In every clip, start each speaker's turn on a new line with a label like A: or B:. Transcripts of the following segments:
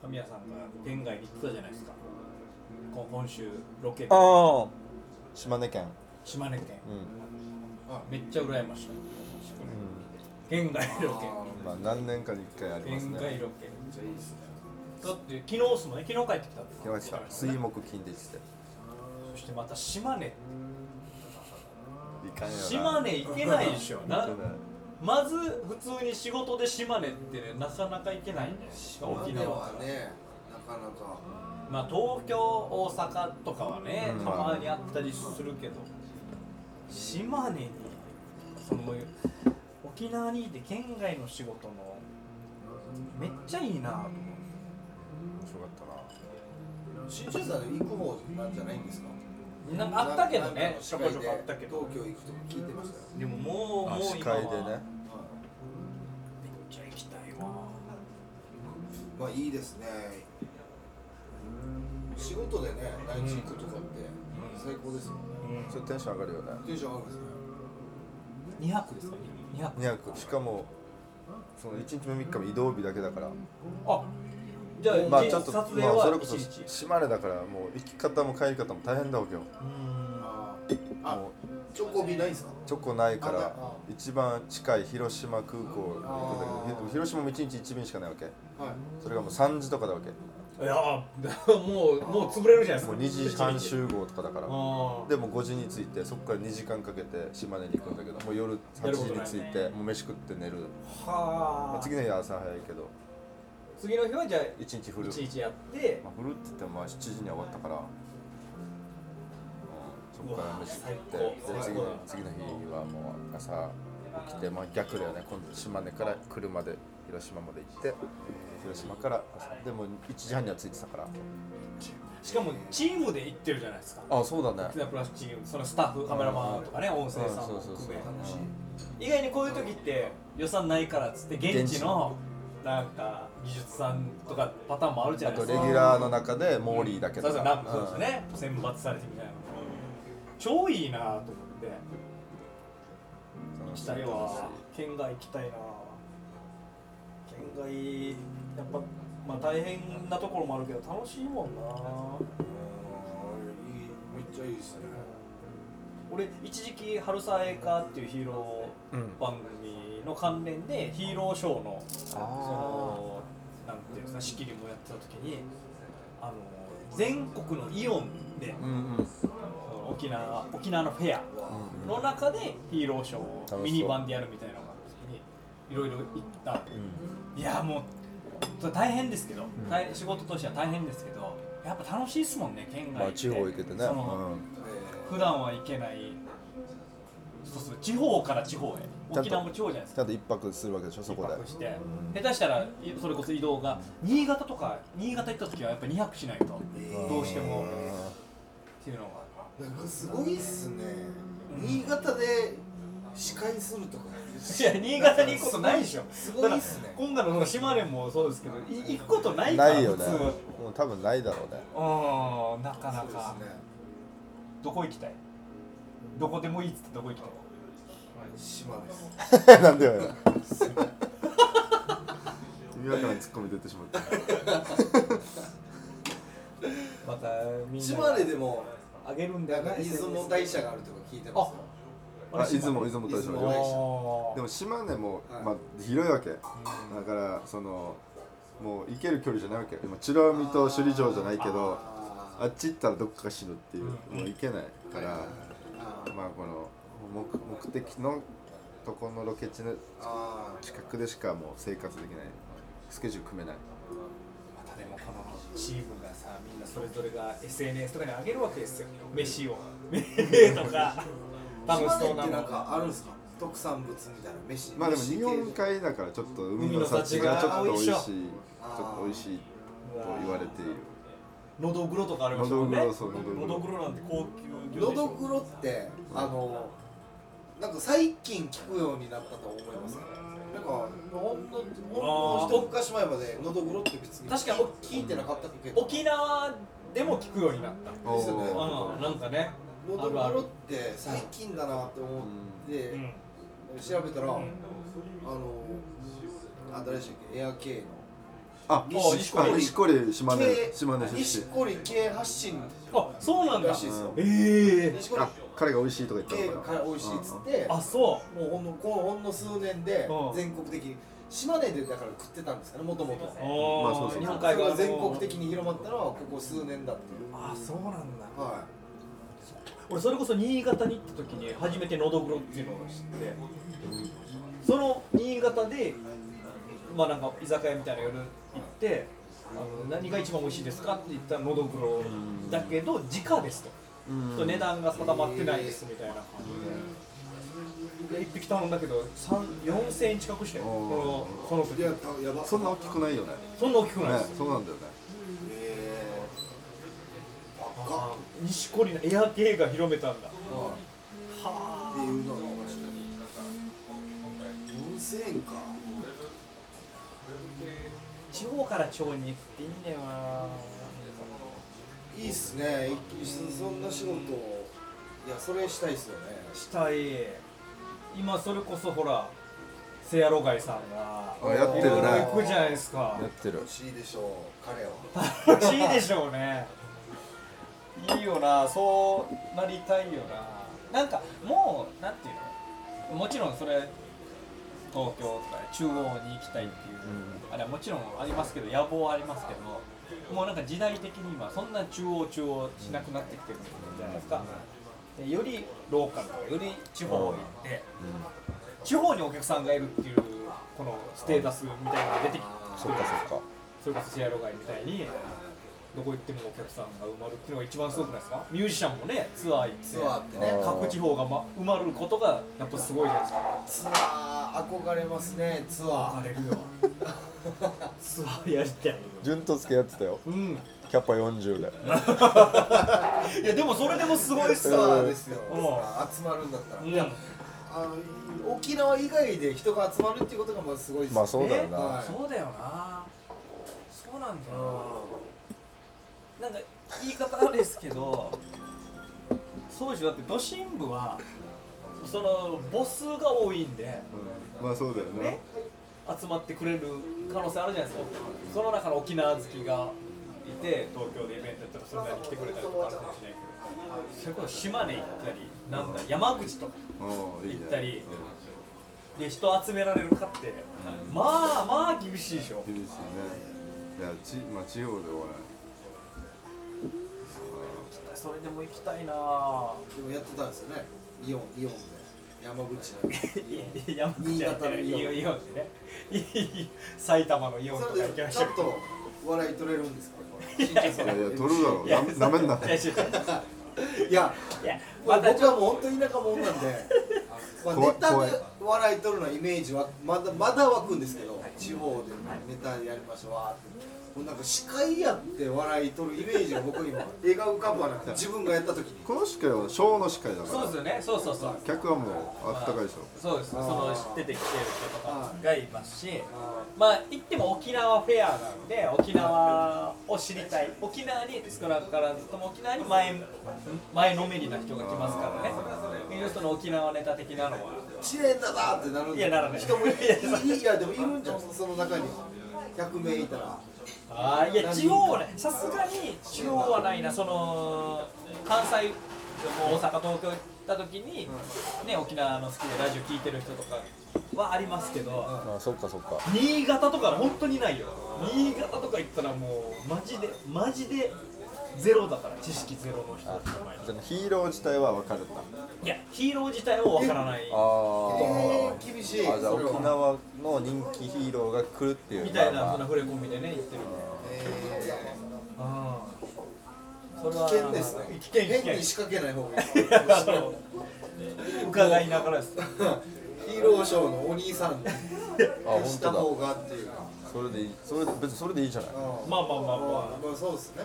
A: 神谷さんが県外に行ってたじゃないですかこ今週ロケ
B: ああ島根県
A: 島根県
B: うん、
C: あ
A: めっちゃ羨ましい県外ロケ
B: うん、まあ何年かに一回あります
A: 県外
B: ね
A: ロケ
C: めっちゃいいですね
A: だって昨日っすもんね昨日帰ってきたんです
B: 来ました水木金でして
A: そしてまた島根
B: いかんよな
A: 島根行けないでしょな
B: 行けない
A: まず普通に仕事で島根ってねなかなか行けないんでしかも沖縄
C: は
A: から
C: ねなかなか
A: まあ東京大阪とかはね
B: うん
A: たまにあったりするけど島根にその沖縄にいて県外の仕事のめっちゃいいなと思
B: 面白かった
C: 新中さん行く方なんじゃないんですか
A: うなんかあったけど
C: なん
A: ね
C: か
A: ちょこちょこあったけど
C: 東京行くとか聞いてましたよ
A: でももうも
B: なあ
A: う
B: 司
A: 今は
B: 会でね
C: はい
A: めっちゃ行きたいわ
C: まあいいですね仕事でね内地行くとかって最高ですよね
B: ちょっとテンション上がるよね
C: テンション上がるんですね
A: 2泊ですか2泊
B: 2泊しかもその1日目3日目移動日だけだから
A: あじゃあ、
B: まあ
A: 一
B: ちょっと、ま
A: 撮
B: あ、
A: 影は
B: それこそ
A: 一日
B: 島根だからもう行き方も帰り方も大変だわけよ
A: うん
C: ああ
B: も
C: チョコビないんすか
B: うチョコないか
C: あ
B: ら
C: あ
B: 一番近い広島空港行ったんだけ
C: あ
B: ど
C: ー
B: 広島も1日1便しかないわけ
C: はい
B: それがもう3時とかだわけ
A: いやー もうもう潰れるじゃないです
B: も
A: か
B: う2時半集合とかだから
A: あー
B: でも5時に着いてそこから2時間かけて島根に行くんだけどもう夜8時に着いてもう飯食って寝るま
A: は
B: あ
A: あ
B: 次の日は朝早いけど
A: 次の日はじゃあ
B: 1日フル
A: 一日やって
B: まあ、フルって言ってもまあ7時には終わったから、うん、そこから飯食って
A: うわ最高
B: で次
A: 最
B: の
A: 高
B: 次の日はもう朝起きて、まあ、逆だよね今度島根から車で広島まで行って広島からでも1時半には着いてたから
A: しかもチームで行ってるじゃないですか
B: あそうだ
A: 沖縄プラスチームそのスタッフカメラマンとかね音声さんも
B: そうそ
A: 含
B: うそう
A: め
C: 楽しい
A: 意外にこういう時って予算ないからっつって現
B: 現
A: 地
B: 地
A: のなんか技術さんとかパターンもあるじゃ
B: あ
A: ないです
B: とレ
A: か
B: ギュラーの中でモーリーだけ
A: そ
B: だ
A: う
B: か
A: そう
B: ら
A: なんかそうですね選抜されてみたいな超いいなと思って
B: うん
A: 行きたいわ県外行きたいな県外やっぱまあ大変なところもあるけど楽しいもんな
C: うんいいめっちゃいいですね
A: 俺一時期「春さえか」っていうヒーロ
B: うん
A: ー番組の関連でヒーローショーのそのなんていうんですか仕切りもやってた時にあの全国のイオンで
B: うんうんうん
A: その沖縄沖縄のフェア
B: うん
A: の中でヒーローショー
B: そう
A: をミニ版でやるみたいなのがあった時にいろいろ行ったんでいやもうそれ大変ですけど、
B: ん
A: 大仕事としては大変ですけどやっぱ楽しいっすもんね県
B: ま
A: 外
B: あ地方行けてね、
A: そうの
B: ん、
A: 普段は行けないそうそう地方から地方
B: ん
A: へ
B: と
A: 沖縄も地方じゃないです
B: ちゃ
A: か
B: んと一泊するわけでしょそこで
A: 一泊して
B: うん
A: 下手したらいそれこそ移動が新潟とか新潟行った時はやっぱ2泊しないとっ
C: え
A: どうしてもていうのが
C: ーなんかすごいっすね新潟で司会するとか
A: いや新潟に行くことないでしょ
C: すごいっすね
A: 今回の島根もそうですけどい行くことないから
B: ないよね
A: 普通
B: もう多分ないだろうね
A: う んなかな
C: そうで
A: か
C: すね
A: どこ行きたいどこでもいいっつってどこ行きたい
C: 島です
B: なんでよ。意味わからないツッコミ出てしまった。
A: またみんな
C: 島根でも
A: あげるんだ
C: な
A: よ
C: んか出雲大社があるとか聞いてますよ
B: あ、出雲、出雲大社
C: 出雲大
B: よ。でも島根も、
C: はい
B: まあ、広いわけ。だから、その。もう行ける距離じゃないわけ。今、美ら海と首里城じゃないけど。
C: あー
B: あっち行ったら、どっかが死ぬっていう、
A: うん
B: もう行けないか
C: はいはい
B: ら
C: はい。あー
B: まあ、この目、目的の。とこのロケ地の
C: あー
B: 近くでしか、もう生活できない。スケジュール組めない。
A: またでもこのチームがさみんなそれぞれが SNS とかにあげるわけですよ飯をとか楽し
C: 島
A: そ
C: 根
A: う
C: っ
A: なも
C: てなん
A: の
C: かあるんですか特産物みたいな飯
B: まあでも
C: 飯系
B: 日本海だからちょっと海の幸がちょっと美味しいちょっと美味しいと言われている
A: のどぐろとかありましたもんね
B: のどぐろそうのどぐろ
A: のどぐろなんて高級魚で
C: の
A: し
C: ど
A: ょ
C: ぐろってあのなんか最近聞くようになったと思いますねなんかほんのほんの一昔前までのどぐろって別に
A: 確かに
C: 聞いてなかったけど
A: 沖縄でも聞くようになった
B: お
C: ですよね
B: ー
A: うんなんかね
C: のどぐ
A: あるある
C: ろって最近だなって思って、
A: うん
C: 調べたら、
A: ん
C: あのあ誰でしたっけエア K の
B: ああ、
C: 西
B: あ
C: 堀
B: 西堀島根
C: 系
B: 島根出
C: 西
B: 身。
C: 堀系発信
A: あそうなんだ
C: らしいですよ
A: ええ
C: 西堀
B: あ、彼が美味しいとか言っ
C: 系
B: たのか
C: が
B: な。
C: 美味しいっつって
A: あそ
C: もうほんのこのほんの数年で
A: うん
C: 全国的に島根でだから食ってたんですかねもともと
A: うあ、
B: まあそうそう
A: 日本
C: それ
A: 海側
C: が全国的に広まったのはここ数年だっていう
A: あそうなんだ
C: は
A: 俺それこそ新潟に行った時に初めてのどぐろっていうのを知ってその新潟でまあなんか居酒屋みたいな夜行ってあの何が一番美味しいですかって言ったらのどぐろだけど直ですとちょっと値段が定まってないですみたいな感じでで1匹頼んだけど三4000円近くしてこのこの
C: い
A: 時
C: いやたやば
B: そんな大きくないよね。ね、
A: そんな大きくないです、
B: そうなんだよね。
C: えーバ
A: あー錦織のエア系が広めたんだ
C: カはいっていうのがおかしい4000円か
A: 地方から町に行くっていいんだよない
C: いっすね一気にそんな仕事をいやそれしたいっすよね
A: したい今それこそほらせやろがいさんが
B: あやって
A: い
B: るね
A: ろいろ行くじゃないですか
B: やってる
C: 欲。しいでしょう彼は
A: 楽しいでしょうねいいよなそうなりたいよななんかもうなんていうのもちろんそれ東京とか中央に行きたいっていう、あれはもちろんありますけど野望はありますけどもうなんか時代的に今そんな中央中央しなくなってきてるじゃないですか、でよりローカルとかより地方行って、地方にお客さんがいるっていうこのステータスみたいなのが出てきて
B: そっかそ
A: それ
B: っか。
A: こそシェアロガイみたいにどこ行ってもお客さんが埋まるっていうのが一番すごくないですかミュージシャンもねツアー行って
C: ツアーってね
B: あー
A: 各地方が、ま、埋まることがやっぱすごいじゃないですか
C: ツアー憧れますねツアー
A: れるよ ツアーやりたいよ
B: 順とつけやってたよ。
A: うん
B: キャパ40で。
A: いやでもそれでもすごいっす
C: ツア
A: わ
C: ーですよ
A: うん
C: 集まるんだったら、
A: うん
C: いやあの沖縄以外で人が集まるっていうことがまずすごいです
B: まあそうだよ
C: ね
B: な。
C: はい
A: そうだよなそうなんだよななんか言い方あれですけどそうでしょだって都心部はその母数が多いんで
B: うんまあそうだよ
A: ね
B: ね。
A: 集まってくれる可能性あるじゃないですかその中の沖縄好きがいて東京でイベントやったらそれなりに来てくれたりとかあるかもしれないけどそれこそ島根行ったりなんだ山口とか
B: うんいいね。
A: 行ったり
B: うん
A: で人集められるかってまあまあ厳しいでしょ
B: 厳しいねいやち、まあ、地方では
A: それでも行きたいなぁ
C: でもやってたんですよねイオンイオンで山口 の
A: いや山口じゃなくてイオンイオンでねいい 埼玉のイオンと
C: そ
A: か
C: れ
A: 行き
C: で
A: まし
C: ちょ
A: ょう
C: っと笑い取れるんですか慎重さ
B: いやいや取るだろ
A: いや
B: ななめんない
A: やいや
C: いや
A: いやま
C: まあ、
A: た
C: 僕
A: ちょ
C: は
A: っ
C: もう本当に田舎者なんでま
B: 怖
C: あ
B: い
C: ネタ
B: 怖い
C: で笑い取るのイメージはまだまだ湧くんですけど地方でネタやりましょうわーってもうなんか司会やって笑い取るイメージが僕今映画浮かぶわ なくて自分がやった時に
B: この司会は小の司会だ
A: と
B: か
A: そうです
B: ら
A: よねそうそうそう
B: 客はもうあったかいでしょ
A: そうですその出てきてる人とかがいますし
C: あ
A: まあ言っても沖縄フェアなので沖縄を知りたい沖縄に少なからずとも沖縄に前前のめりな人が来ますからねいう人の沖縄ネタ的なのは
C: ー知念だなってなるんで
A: いやならない
C: 人もい
A: いやならない
C: いいやでもいるんじゃんその中に100名いたら
A: あーいや地方はねさすがに地方はないなその関西もう大阪東京行った時に、ね、沖縄の好きでラジオ聞いてる人とかはありますけど
B: あそっかそっか
A: 新潟とか本当にないよ新潟とか行ったらもうマジでマジでゼロだから知識ゼロの人
B: でもヒーロー自体は分かるんだ
A: いやヒーロー自体もわからない
B: あ
C: えー、厳しい
B: あじゃあ
C: それは
B: 沖縄の人気ヒーローが来るっていう
A: みたいな
B: ま
A: そ
B: あ
A: んな
B: ま
A: 触れ込みでね言ってるんで
C: え
A: あーそれ
C: ー
A: は
C: 危険ですね
A: 危険危険
C: 変に仕掛けない方がいい
A: いや あの伺いながらです
C: ヒーローショーのお兄さんに
B: 本当だ
C: した方がっていうか。
B: あそれでいいそれ別にそれでいいじゃない
C: まあ
A: まあまあまあまあ
C: まあそうですね。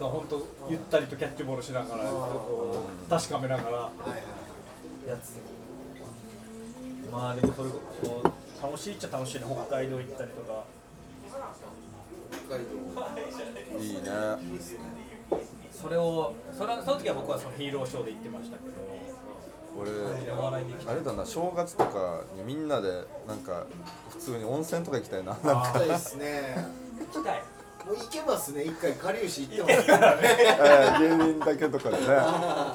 A: だから本当ゆったりとキャッチボールしながらこう確かめながら
C: はいはい。
A: やつまあでもそれこう楽しいっちゃ楽しいね北海道行ったりとか
C: 北海道。
B: いいね
A: それをそれはその時は僕はそのヒーローショーで行ってましたけど
B: 俺
A: や笑いに来
B: あれだな正月とかにみんなでなんか普通に温泉とか行き たいななん
C: 行き
B: か
C: たいですね
A: 来たい
C: もう行けますね一回かりゆし行ってますね
B: えー芸人だけとかでね、ま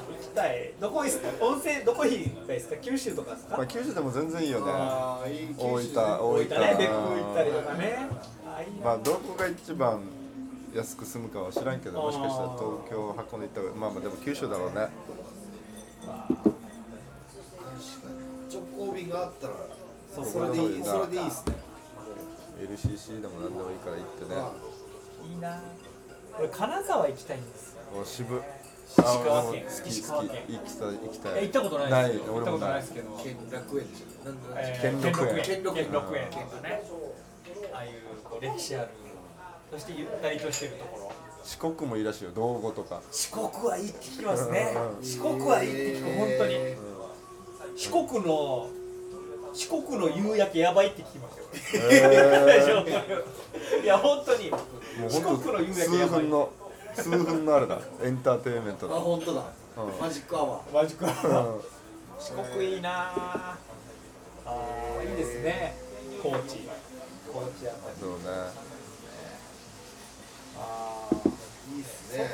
A: 行きたいどこい温泉どこ行きたいですか九州とかですか
B: あ、九州でも全然いいよね
C: あーいい九
B: 大
C: 州
B: 分
C: で
B: 大
A: 大分ね
B: 分
A: 別府行ったりとかねあいいな
B: まあどこが一番安く済むかは知らんけどもしかしたら東京箱根行った方がまあまあでも九州だろうね
C: 直行便があったら
A: そう
C: それでいい
B: そう
C: それでいいですね
B: LCC でも何でもいいから行ってね
A: いいな俺金沢行きたいんですよ
B: お渋
A: 石川県
B: あ俺も好き
A: 石
B: 好
A: 川
B: き
A: 県
B: 行きたい行き
A: い
B: た
A: や
B: い
A: 行ったことないですよ
B: 俺もない
A: けど
C: 県楽園でしょなんだ
A: えー
B: 兼六園
A: 兼六園
C: 兼
A: 兼
C: 六
A: 六
C: 園
A: 園とかねああいうこう歴史あるそしてゆったりとしてるところ
B: 四国もいいらしいよ道後とか
A: 四国は行ってきますね
B: うん
A: 四国は行ってきます本当に四国の四国の夕焼けやばいって聞きましたよ
B: え ー
A: いや本当に
B: もう
A: 四
B: 本
A: 国の
B: 当
A: 夕焼
B: 数
A: けやばい
B: 分の数分のあれだエンターテインメント
C: あ
B: だ
C: 本当だ
B: うん
C: マジックアワー
A: マジか
B: うん
A: 四国いいなああーいいですね高知高知あたり
B: そうね
A: ああ
C: いいっすね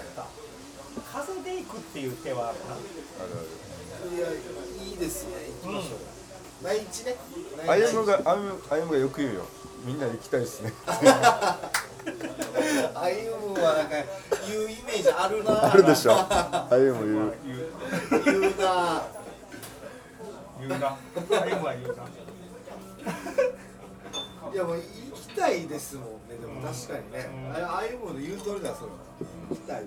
A: 風で行くっていう手はあるな
B: ある
C: いやいいですね行きましょう内地ね
B: あるあ
C: 内
B: ゆ
C: 地
B: むがあゆむあゆむがよく言うよみんな行きたいですね
C: あゆむはなんか言うイメージあるなぁ
B: あるでしょあゆむ言う
A: 言う
C: 言うなぁ
A: 言うな M は言うない
C: やもう行きたいですもんねでも確かにね
A: うん
C: あれああいうもの言う通りだそれは行きたい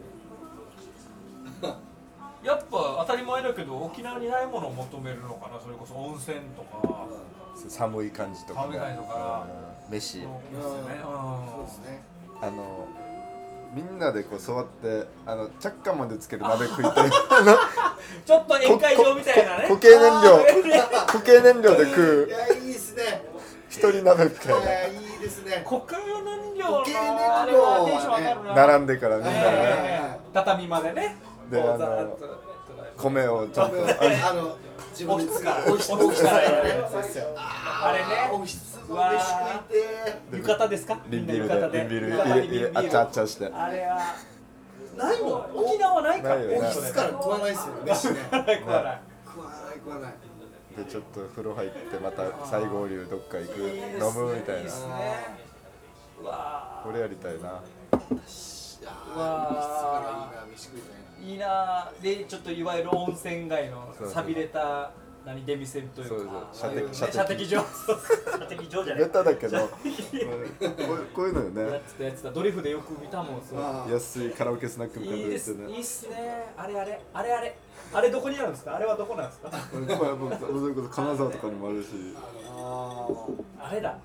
A: やっぱ当たり前だけど沖縄にないものを求めるのかなそれこそ温泉とか
B: 寒い感じとか、
A: 寒い感じとか
B: うん飯
A: そうですよ
C: うん
A: ね
C: そうですね
B: あのみんなでこう座ってあの着火までつける鍋食い たいあの
A: うんちょっと宴会場みたいなね
B: ここ固形燃料
A: あ
B: 固形燃料で食
C: いうやいいっすね
B: 一人鍋み
C: い
B: たい
C: やいいですね
A: ー固形燃料の
C: 固形燃料
A: あれはテンション上がる
B: な
A: な
B: 並んでからみんなでね
A: ええ畳までね
B: で
A: こう
B: あの
A: ざーっと
B: 米をちゃ
C: 多
B: んと
C: 分
B: あ
C: あの自分で
A: おひつから
C: おひつ
A: おひつから
C: ね
A: そうっすよ
C: あ
A: あれね
C: おひつまでしくいて
B: で
A: 浴衣ですか
B: 瓶ビ
A: みん
B: ール
A: な浴衣
B: で瓶ビール
A: 浴
B: 入
A: 衣
B: れ
A: に
B: 入
A: 瓶
B: れ
A: ビ
B: あ
A: ー
B: っ
A: ル
B: ちゃあっちゃして
A: あれは
C: ないもん
A: 沖縄ないから
B: ない
C: お
B: よね
C: ひつから食わないっすよね飯ね
A: 食わない
C: 食わない食わない
B: でちょっと風呂入ってまた西郷流どっか行く飲むみたいな
A: ですねうわ
B: これやりたいな
C: いや
A: うわ
C: ーおひつからいいな飯食いたいな
A: ーいいなーでちょっといわゆる温泉街の
B: そうそう
A: 寂れた何出店というか
B: そうそう
A: ああいうね
B: 射的
A: 射的場射的場じゃない
B: ベタだけど
A: や
B: こうこういうのよね
A: ってたやつだドリフでよく見たもんそう
C: あー
B: 安いカラオケスナックみたい
A: い
B: ないの
A: で
B: です
A: す
B: よね
A: いいっすねあれあれあれあれあれどこにあるんですかあれはどこなんですか
B: 俺これ僕それこそ金沢とかにもあるし
C: あー
A: あれだ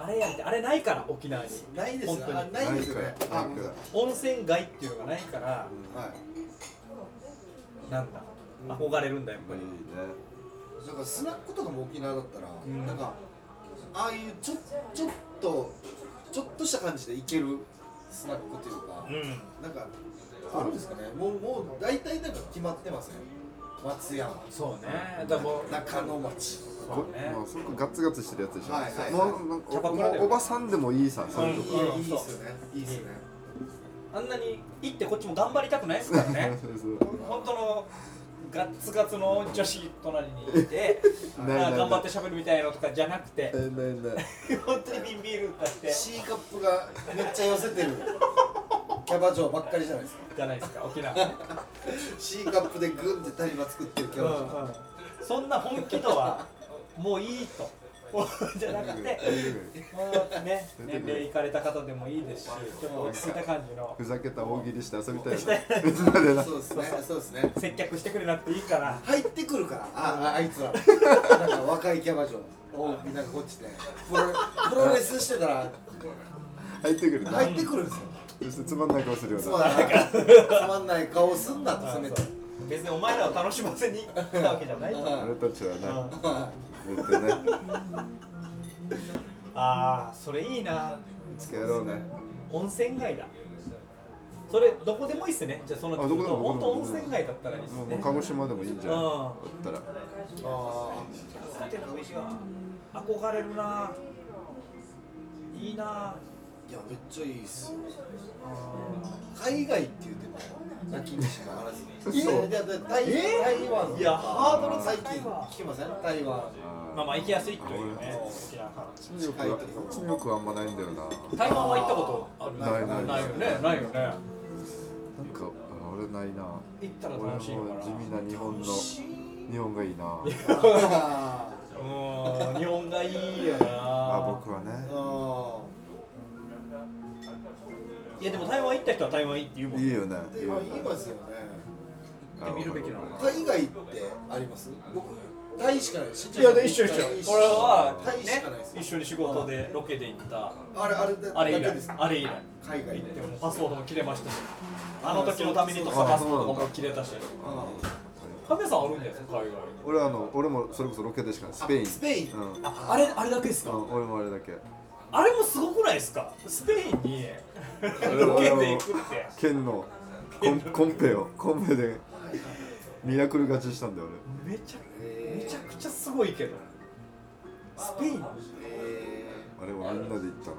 A: あれやりたいあれないから沖縄に
C: ないですよ
A: 本当
C: あ
A: に
C: ないですよねあ
B: な
C: はいい
B: から
A: 温泉街っていうのがないからなんだ憧れるんだやっぱ
B: いい
A: り
B: ね
C: なんかスナックとかも沖縄だったら、
A: ん
C: なんかああいうちょちょっとちょっとした感じで行けるスナックというか、
A: うん
C: なんかあるんですかねもうもう大体なんか決まってますね松山
A: そうねだからもう
C: 中野町
B: こ
A: そうね
B: もうすごくガツガツしてるやつでしょ、
C: はいはい
B: もうなんか
A: キャバクラだよ
B: おばさんでもいいさそういうと
A: ん
B: こ、
C: いやいいっすよねいいっすよね
A: あんなに行ってこっちも頑張りたくないですから ね本当のガッツガツの女子隣にいてあ
B: ないない
A: ー
B: ない
A: 頑張って喋るみたいのとかじゃなくて
B: えーないない
A: 本当に瓶ビール出して
C: シーカップがめっちゃ寄せてるキャバ嬢ばっかりじゃないですか
A: じゃないですか沖縄うん
C: シーカップでグンって谷間作ってるキャバ嬢、
A: うんそんな本気度はもういいと じゃなくてもうね年齢いかれた方でもいいですしちょっと落ち着いた感じの
B: ふざけた大喜利して遊びたいよ
A: したい
B: ねみんなでな
C: そうですねそうですね
A: 接客してくれなくていいから
C: 入ってくるからあああい つらなんか若いキャバ嬢をみんながこっちでプロプロレスしてたら
B: 入ってくるな
C: 入ってくるんですよ
B: そしてつまんない顔するよ
C: つ
B: ね
C: まんない つまんない顔すんなと
A: そ
C: せ
A: う
C: め
A: そう
C: て
A: 別にお前らを楽しませに来たわけじゃないと
B: 俺たちはね
A: あ
B: 絶対ね
A: あーそれいいな
B: 付き合ろうね
A: 温泉街だそれどこでもいいっすねじゃあその
B: あどこでも
A: 本当
B: どこでも
A: 温泉街だったらいいっす
B: もう
A: ね
B: 鹿児島でもいいんじゃない
A: うん
B: だったら
C: あ
A: 憧れるないいない
C: やめっちゃいいっすよ海外って言っても泣きにしかならず
B: 嘘
C: いやいやだ台
A: え
C: 台湾とか
A: いやハ
B: ードル
C: 最近聞きません台湾
A: まあまあ行きやすいと
B: と
A: い
B: いうう
A: ね
B: ね
C: 近い
B: 中
C: とこ
B: 国は中 国はあんまないんだよななんか
A: 台湾は行ったことある
B: ないない
A: ないよねないよね
B: あ俺ないな
A: 行ったら
B: 俺
A: 楽
B: も
A: し
B: 地
A: いから
B: 味な日本の日本がいいな
C: あ
A: うん日本がいいよ
B: あ
A: な
B: 僕はね
C: ーあ
A: いやでも台湾行った人は台湾いいって言うもん
B: いいよね
C: ーで今言いますよね
A: 行ってみるべきなのかな
C: 海外ってあります僕タイしかないし
A: いやで一緒一緒俺は
C: タイし
A: ね
C: かないです
A: 一緒に仕事でロケで行った
C: あれあれだ
A: あれ以
C: だけ
A: 来
C: です
A: あれ以来
C: 海外
A: 行っ
C: で
A: てもパスポートも切れましたしあの時のためにとか
B: あ
A: パスポートも切れたし亀さんあるんじゃないですか海外
B: 俺はあの俺もそれこそロケでしかないスペイン
C: スペイン
B: うん、うん、
A: ああれあれだけです
B: 俺もあれだけ
A: あれもすごくないですかスペインに
B: れ
A: ロケで行くって
B: 県のコンコンペをコンペでミラクル勝ちしたんだよ
A: めちゃめ
C: え
A: ちゃくちゃすごいけどスペイン
C: ーえ
B: 俺あれはみんなで行ったな
C: ー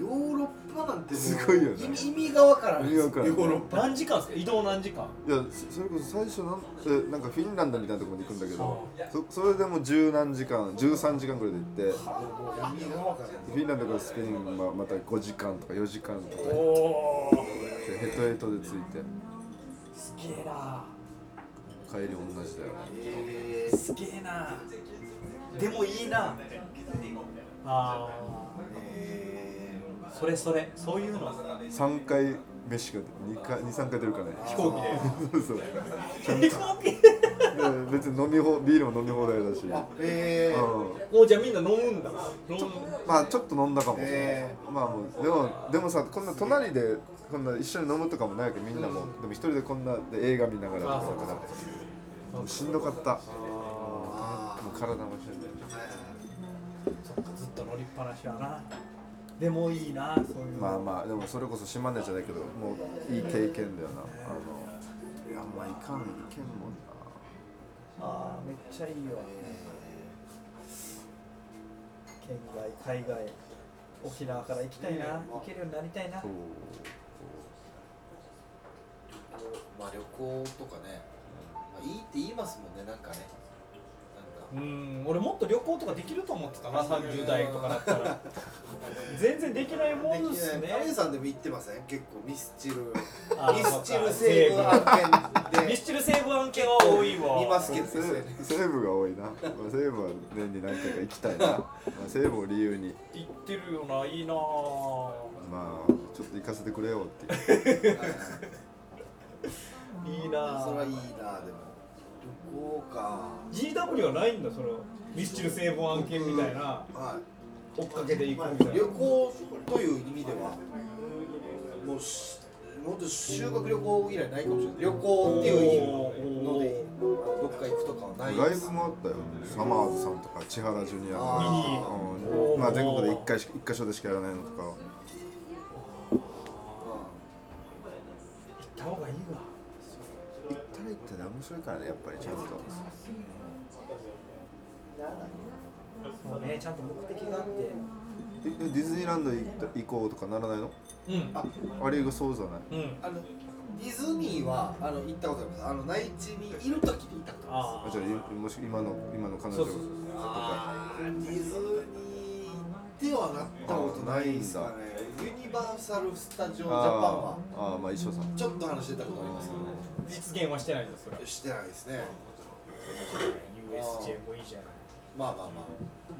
C: ヨーロッパなんてもう
B: すごいよね
C: 意味がわからないです
B: 意味がわからない
C: ヨーロッパ
A: 何時間ですか移動何時間
B: いやそそれこそ最初なんえなんかフィンランドみたいなところに行くんだけどそそれでも十何時間13時間ぐらいで行って
C: 意味がわからない
B: フィンランドからスペインはまた5時間とか4時間とか
A: お
B: 行っ
A: お
B: てヘトヘトで着いて
A: すげえな
B: 帰り同じだよ
C: えー
A: すげえなでもいいなあ
C: え
A: あそれそれそういうの
B: 3回飯が2回23回出るからね
A: 飛行機で
B: そうそう
A: 飛行機
B: で別に飲み放ビールも飲み放題だし、
C: ー、あえー
B: うん、
A: もうじゃあみんな飲むんだ飲む
B: まあちょっと飲んだかも、
C: え
B: まあもうでもでもさこんな隣でこんな一緒に飲むとかもないわけみんなも、でも一人でこんなで映画見ながらと
A: あそう
B: か
A: かそう
B: からもうしんどかった
C: あ
B: もう体もしんどい
A: そっかずっと乗りっぱなしやなでもいいなそういうの
B: まあまあでもそれこそ島根じゃないけどもういい経験だよなあのいやまあいかんいけんもんな
A: あーめっちゃいいよ県外海外沖縄から行きたいな行けるようになりたいな
B: そう
C: まあ旅行とかね、まあ、いいって言いますもんねなんかね
A: うーん俺もっと旅行とかできると思ってたな30代とかだったら 全然できないも
C: なん
A: ん
C: か
A: で
C: でき
A: すね
C: ないカレンさんでも行ってません結構ミスチル
A: あ
C: ミスチル西部案件
A: ミ
C: で
A: スチル成分案件は多いわ
C: 見ますけど
B: 西西部が多いな西部は年に何回か行きたいな、まあ、西部を理由に
A: 行ってるよないいなぁ
B: まあちょっと行かせてくれよっていう
A: いいなぁ
C: それはいいなでも旅行か
A: GW はないんだそのミスチル成分案件みたいな
C: は
A: 追っかけていくみ
C: い
A: たいな
C: 旅行という意味ではもうしもっと修学旅行以来ないかもしれない旅行っていうのでどっか行くとかはない
B: ライブもあったよサマーズさんとか千原ジュニア
C: あ
B: の、
A: ー
B: うんまあ、全国で1回しか一箇所でしかやらないのとか
A: 行った方がいいわ
B: 行ったら行ったら面白いからねやっぱりちゃんと
A: そうねちゃんと目的があって
B: えディズニーランド行った行こうとかならないの
A: うん
C: あ
B: あれがそうじゃない
A: うん
C: あのディズニーはあの行ったことあります。あの内地にいる時に行ったことあ
A: あ
B: あじゃあいもし今の今の彼
A: そ
B: 女
A: うそうそう
C: ります。あーディズニーではなったことないですかね。ユニバーサル・スタジオ・ジャパンは
B: あーあーまあ一緒さ
C: ちょっと話してたことありますけ
A: 実現はしてないんですそれ
C: ど、してないですね。
A: USJ もいいじゃない
C: まあまあまあ、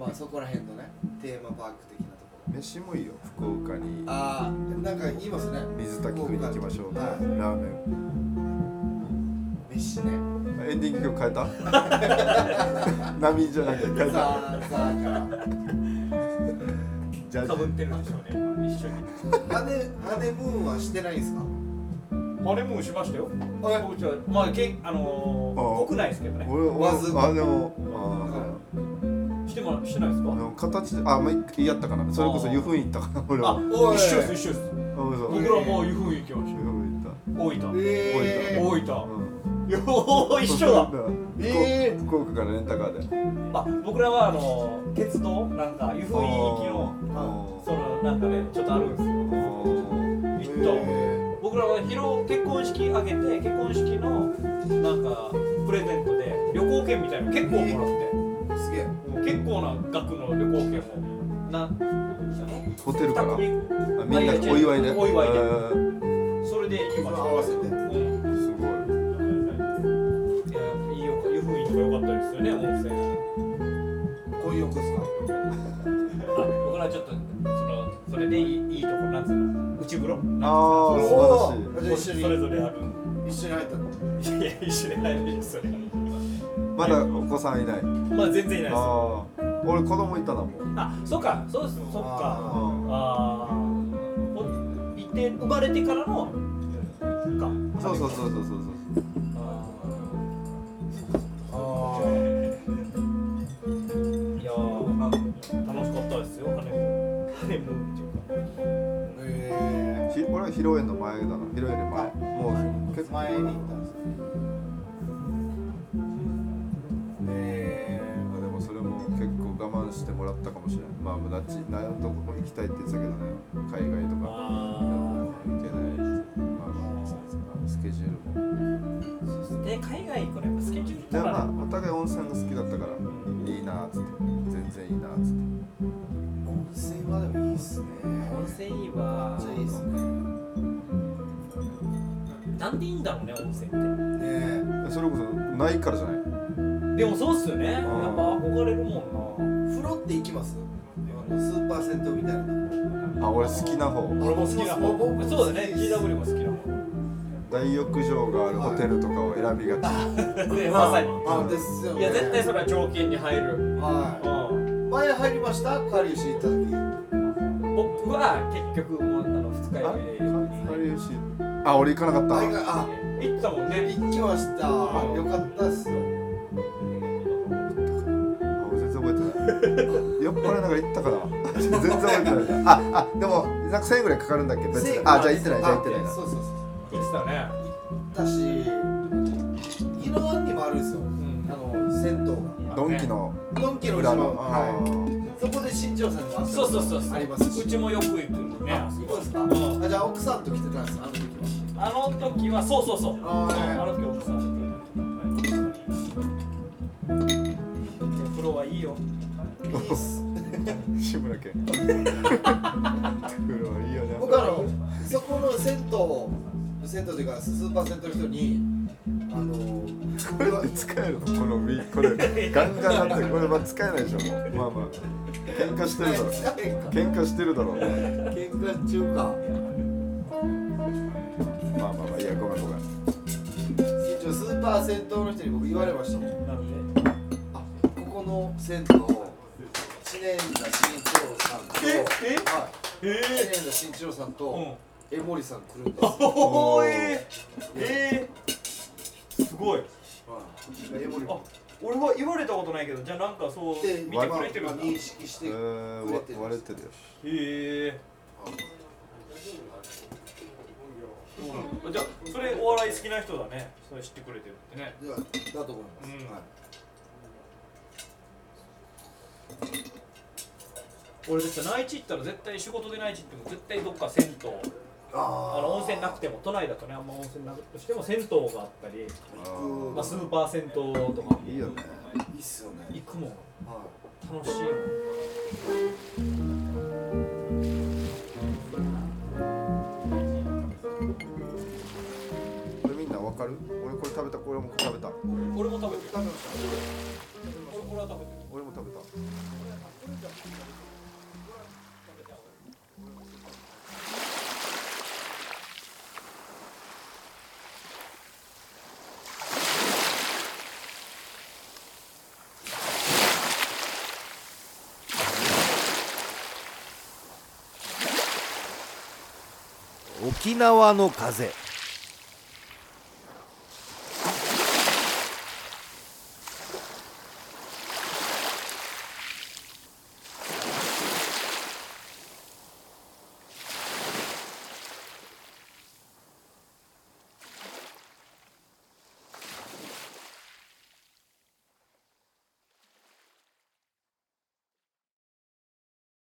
C: まあそこら辺のね、テーマパーク的なところ。
B: 飯もいいよ福岡に
C: ああ、なんか言いますね。
B: 水炊き食いに行きましょうラ
C: は
B: ーメン
C: い、飯ね。
B: エンディング曲変えた 波じゃなくて変え
C: ザ
B: た
C: ーザーから。
B: ジャ
A: かぶっ
B: ズ
A: てるでしょうね一緒に
C: ハネハネムーンはしてないですか。
A: あれもうしましたよ
C: あ
A: 僕ちはまあけあのー、
B: あ
A: 国内ですけどね
B: 俺
C: わず
B: 俺あでもあ
A: してもしてないです
B: ー
A: か
B: でも形であまあいやったかなそれこそ湯布院行ったかな俺
A: あ
B: は
C: おい
A: 一緒です一緒です
B: うん嘘
A: 僕らもういう雰囲気をし
B: どこ
A: 大分
B: 行っ
C: えー
A: 大
B: た
A: 分
B: うん
A: いやおー一緒だえー
B: 福岡からレンタカーで
A: まあ僕らはあの鉄道なんかいう雰囲気の
B: あー
A: そのなんかねちょっとあるんですよ
B: あ
A: 一
C: え
A: 等僕らは披露結婚式あげて結婚式のなんかプレゼントで旅行券みたいなの結構もらって
C: ーすげえ
A: 結構な額の旅行券もな
B: ーホテルからあみ
A: 2組
B: んなでお祝いで
A: お祝いで
B: えー
A: それで
C: 今
A: 今
C: 合わせて
A: うん
B: すご
A: い
B: い
A: やいいよ湯布院とか良かったですよね温泉
C: 婚浴ですか
A: 僕らちょっとそのそれでいいいいとこなんつうの内風呂
B: あー素晴
C: らしい
A: それぞれある
C: 一緒に入ったの
A: いやいや一緒に入るよそれ
B: まだお子さんいない
A: まあ全然いないですよ
B: ああ俺子供いたなもう
A: あそっかそうですそっか
B: あ
A: ああー行って生まれてからの
B: あ
A: か
B: そうそうそうそうそうそう
A: あ
C: あ
A: ーいやー楽しかったですよハネムーンハネムーンっていうか
C: あえ
B: ひ俺は披露宴の前だな披露宴の前もう
C: え
B: 結構
C: 前に行ったんですえ
B: まあでもそれも結構我慢してもらったかもしれないまあ無駄っちなどこも行きたいって言ってたけどね海外とか
A: あ
B: 行けないまあまあスケジュールも
A: ーで海外行くのやっぱスケジュール
B: で
A: と
B: もま
A: か
B: あお互い温泉が好きだったからいいなっつって全然いいなっつって
C: ー、温泉はでもいいっすね
A: 温泉いいわ
C: めっちゃいいっすね
A: なんでいいんだろうね温泉って
C: ね
B: えそれこそないからじゃない
A: でもそうっすよねやっぱ憧れるもんな
C: え風呂って行きますあのスーパー銭湯みたいな
B: あ俺好きな方
A: 俺も好きな
C: 僕も
A: 方
C: 僕も
A: そうだね
C: 好きです
A: GW も好きな方
B: 大浴場があるホテルとかを選びがち
A: でまさに
C: あですよね
A: いや絶対それは条件に入る
C: は
A: うん
C: い前入りましたかりゆし行った時
A: 僕は結局もうあの二日
B: あ
A: 酔いで
B: 有吉あ俺行かなかった
C: あ
A: 行ったもんね
C: 行きましたよかったっすよ
B: 俺全然覚えてない酔っ払いながら行ったかな全然覚えてないああでもなんか1000円ぐらいかかるんだっけ別にあじゃあ行ってないじゃあ行ってないな
C: そうそうそう
A: 行ってたね
C: だし宜野湾にもあるんですよ
A: うん
C: あの銭湯
B: ドンキの
C: がドンキの
B: 裏
C: 後
B: の
C: ろ
B: あ
C: は
B: ー
C: いそこで新庄さんにもあった
A: そうそうそうそう
C: ありますし
A: うちもよく行くのね
C: あそうですか
A: うん
C: あじゃあ奥さんと来てたんですあの時
A: あの時はそうそうそう
C: は
A: あ
C: あ
A: の時奥さん風呂はいいよ
C: ーいいっす
B: 志村けん黒いいよね
C: 僕あのそこの銭湯銭湯というかスーパー銭湯の人にあの
B: これって使えるのこのウィこれガンガンなってこれは使えないでしょもうまあまあ喧嘩してるだろ喧嘩してるだろうね
C: 喧嘩中か
B: まあまあまあいやごめんごめん
C: 一応スーパー銭湯の人に僕言われましたもん
A: なんで
C: あここの銭湯知念田新一郎さんと
A: ええ
C: はい
A: え
C: 知念田新一郎さん
A: う
C: と
A: ん
C: 江森さん来るんですよ
A: おおえー、えー、すごい
C: 江森
A: あ俺は言われたことないけどじゃあなんかそう
C: で
A: 見てくれてるんだ
C: 認識して
B: えー、わ割れてるよ
A: へえじゃあそれお笑い好きな人だねそれ知ってくれてるってね
C: ではだと思います、
A: うん
C: はい
A: 俺別に内地行ったら絶対仕事で内地行っても絶対どっか銭湯
C: あ
A: あの温泉なくても都内だとねあんま温泉なくとしても銭湯があったり、
B: あ
A: まあ、ス
C: ー
A: ーパー銭湯とか
B: ーいいよね
C: いいっすよね
A: 行くもん
C: はい
A: 楽しいもん
B: これみんなわかる俺これ食べた俺もこれ食べた
A: 俺も食べてる俺これは食べてる
B: 俺も食べた
D: 沖縄の風